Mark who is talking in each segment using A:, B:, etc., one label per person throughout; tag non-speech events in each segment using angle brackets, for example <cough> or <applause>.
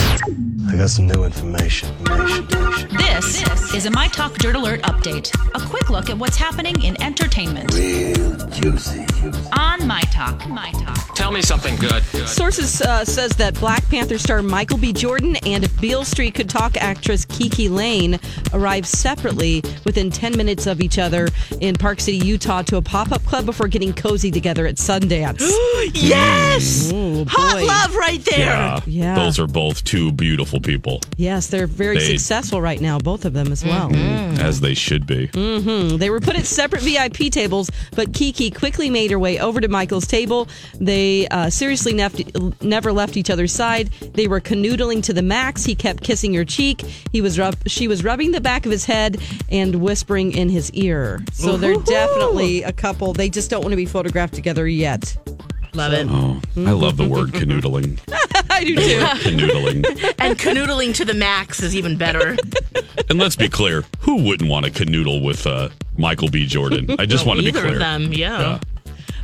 A: I got some new information. information, information.
B: This, is a My Talk Dirt Alert update. A quick look at what's happening in entertainment
A: Real juicy.
B: on My Talk. My Talk.
C: Tell me something good.
D: Sources uh, says that Black Panther star Michael B. Jordan and If Beale Street Could Talk actress Kiki Lane arrived separately within 10 minutes of each other in Park City, Utah to a pop-up club before getting cozy together at Sundance. Oh,
E: Yes! Hot
D: boy.
E: love right there.
F: Yeah.
D: Yeah.
F: Those are both two beautiful people,
D: yes, they're very
F: They-
D: successful right now, both of them as well.
F: as they should be.
D: They were put at separate VIP tables, but Kiki quickly made her way over to Michael's table. They uh, seriously nef- never left each other's side. They were canoodling to the max. He kept kissing her cheek. He was rub- she was rubbing the back of his head and whispering in his ear. So they're definitely a couple. They just don't want to be photographed together yet.
E: Love
F: <laughs>
E: it.
F: Oh, I love the word canoodling.
D: Mm-hmm. <laughs> I do
F: The
D: too.
F: word <laughs> canoodling.
E: And canoodling to the max is even
F: <laughs>
E: better.
F: And let's be clear, who wouldn't want to canoodle with uh, Michael B. Jordan? I just want to be
E: Either
F: clear.
E: of them, yeah.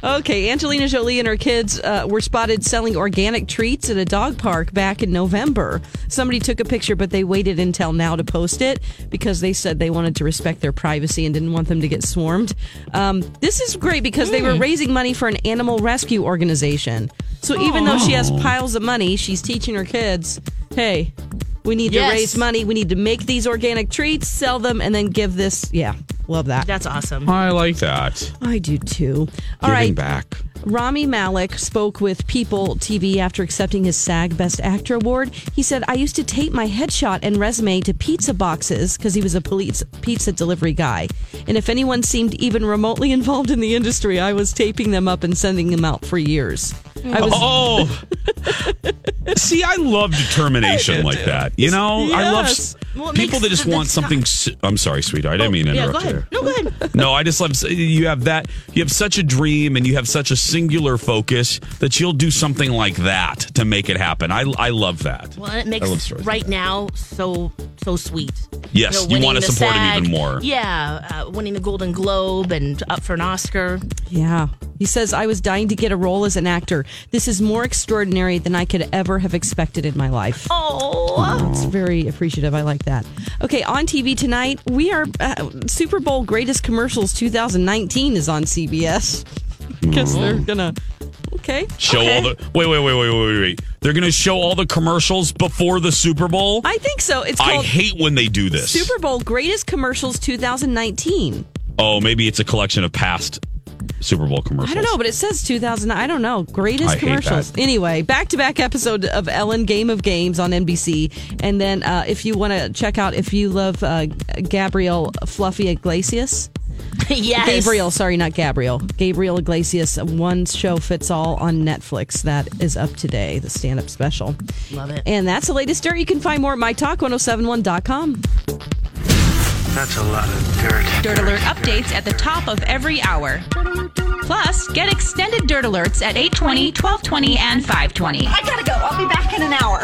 D: Okay, Angelina Jolie and her kids uh, were spotted selling organic treats at a dog park back in November. Somebody took a picture, but they waited until now to post it because they said they wanted to respect their privacy and didn't want them to get swarmed. Um, this is great because they were raising money for an animal rescue organization. So even though she has piles of money, she's teaching her kids, hey, we need
E: Yes.
D: to raise money. We need to make these organic treats, sell them, and then give this. Yeah, love that.
E: That's awesome.
F: I like that.
D: I do too. All
F: Giving
D: right.
F: back.
D: Rami Malik spoke with People TV after accepting his SAG Best Actor award. He said, "I used to tape my headshot and resume to pizza boxes because he was a police pizza delivery guy, and if anyone seemed even remotely <laughs> involved in the industry, I was taping them up and sending them out for years. I was
F: Oh, see, I love determination like that. You know, I love s-
E: Well, it
F: people
E: makes
F: that just
E: the-
F: want
E: that's
F: something. s I'm sorry, sweetheart. I didn't mean to
E: yeah, go
F: interrupt you.
E: ahead. No, go ahead.
F: <laughs> No, I just love s- you have that. You have such a dream and you have such a singular focus that you'll do something like that to make it happen. I I love that.
E: Well, and it
F: I love
E: makes
F: stories like
E: right
F: that.
E: now so so sweet.
F: Yes, you
E: winning
F: wanna
E: the
F: support him
E: SAG.
F: even more.
E: Yeah, uh, winning the Golden Globe and up for an Oscar.
D: Yeah. He says, I was dying to get a role as an actor. This is more extraordinary than I could ever have expected in my life.
E: Oh,
D: It's very appreciative. I like that. Okay, on TV tonight, we are uh, Super Bowl Greatest Commercials 2019 is on CBS. Because they're going to. Mm-hmm. Okay.
F: Show all the wait wait wait wait wait wait wait. They're gonna show all the commercials before the Super Bowl.
D: I think so. It's
F: I
D: called
F: hate when they do this.
D: Super Bowl Greatest Commercials 2019.
F: oh, maybe it's a collection of past Super Bowl commercials.
D: I don't know, but it says 2000. I don't know. Greatest
F: I hate
D: commercials.
F: that.
D: Anyway, back to back episode of Ellen Game of Games on NBC. And then uh, if you want to check out, if you love uh, Gabrielle Fluffy Iglesias,
E: <laughs>
F: Mm.
E: yes,
D: Gabriel, sorry, not Gabriel, Gabriel Iglesias, one show fits all on Netflix. That is up today, the stand up special.
E: Love it.
D: And that's the latest dirt. You can find more at mytalk1071.com.
A: That's a lot of dirt.
B: Dirt Alert updates at the top of every hour. Plus, get extended Dirt Alerts at 820, 1220, and 520.
G: I gotta go. I'll be back in an hour.